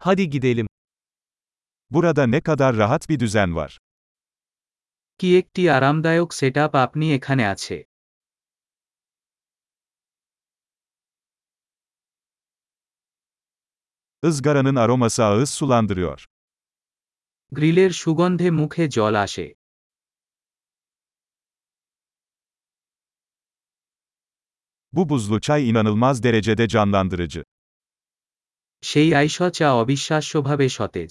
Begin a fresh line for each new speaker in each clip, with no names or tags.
Hadi gidelim.
Burada ne kadar rahat bir düzen var.
কি একটি আরামদায়ক সেটআপ আপনি এখানে আছে
Izgaranın aroması ağız sulandırıyor.
গ্রিলের সুগন্ধে মুখে জল আসে
Bu buzlu çay inanılmaz derecede canlandırıcı.
সেই আইস চা অবিশ্বাস্যভাবে সতেজ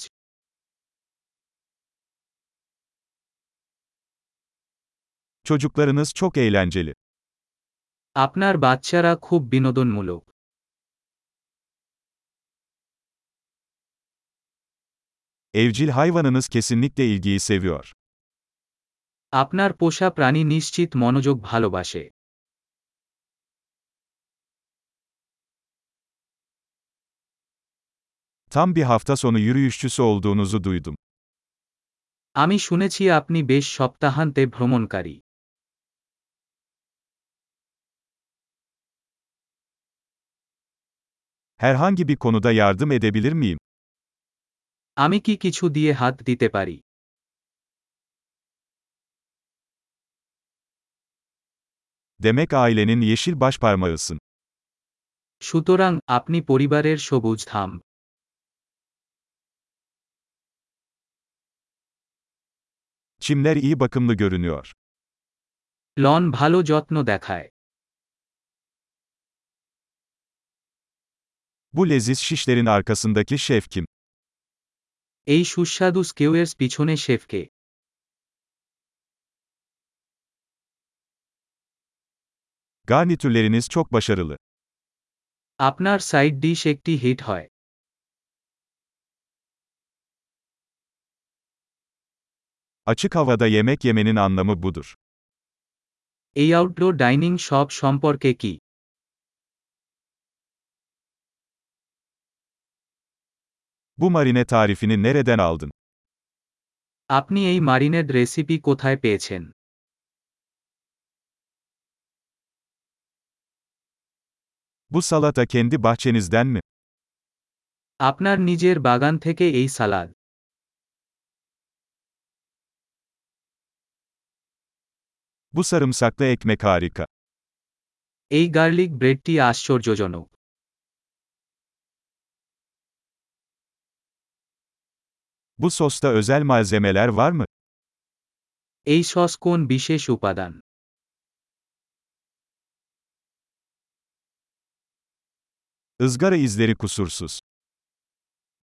Çocuklarınız çok eğlenceli.
আপনার বাচ্চারা খুব বিনোদনমূলক
Evcil hayvanınız kesinlikle ilgiyi seviyor.
আপনার পোষা প্রাণী নিশ্চিত মনোযোগ ভালোবাসে
Tam bir hafta sonu yürüyüşçüsü olduğunuzu duydum.
আমি শুনেছি আপনি বেশ সপ্তাহান্তে ভ্রমণকারী
Herhangi bir konuda yardım edebilir miyim?
আমি কি কিছু দিয়ে হাত দিতে পারি
Demek ailenin yeşil başparmağısın.
সুতরাং আপনি পরিবারের সবুজ ধাম
Çimler iyi bakımlı görünüyor.
Loan ভালো যত্ন দেখায়
Bu leziz şişlerin arkasındaki şef kim?
এই সুস্বাদু স্কেওয়ের পিছনে শেফকে
Garnitürleriniz çok başarılı.
আপনার সাইড ডিশ একটি হিট হয়
Açık havada yemek yemenin anlamı budur.
এই আউটডোর ডাইনিং শপ সম্পর্কে কি
Bu marine tarifini nereden aldın?
আপনি এই মারিনেড রেসিপি কোথায় পেয়েছেন
Bu salata kendi bahçenizden mi?
আপনার নিজের বাগান থেকে এই salad
Bu sarımsaklı ekmek harika.
এই গার্লিক ব্রেডটি আশ্চর্যজনক
Bu sosta özel malzemeler var mı?
এই সস কোন বিশেষ উপাদান
Izgara izleri kusursuz.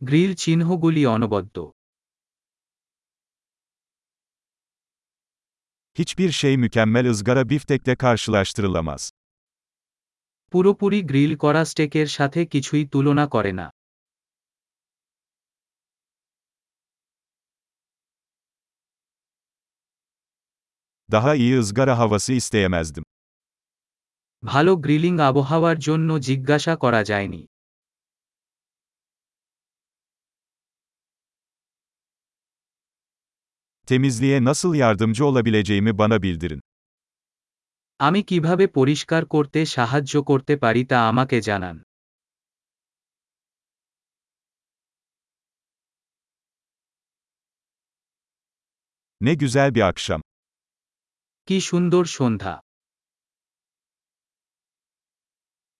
গ্রিল চিহ্নগুলি অনবদ্য
Hiçbir şey mükemmel ızgara biftekle karşılaştırılamaz.
পুরোপুরি গ্রিল করা স্টেকের সাথে কিছুই তুলনা করে না
Daha iyi ızgara havası isteyemezdim.
ভালো গ্রিলিং আবহাওয়ার জন্য জিজ্ঞাসা করা যায়নি
Temizliğe nasıl yardımcı olabileceğimi bana bildirin.
আমি কিভাবে পরিষ্কার করতে সাহায্য করতে পারি তা আমাকে জানান
Ne güzel bir akşam.
কি সুন্দর সন্ধ্যা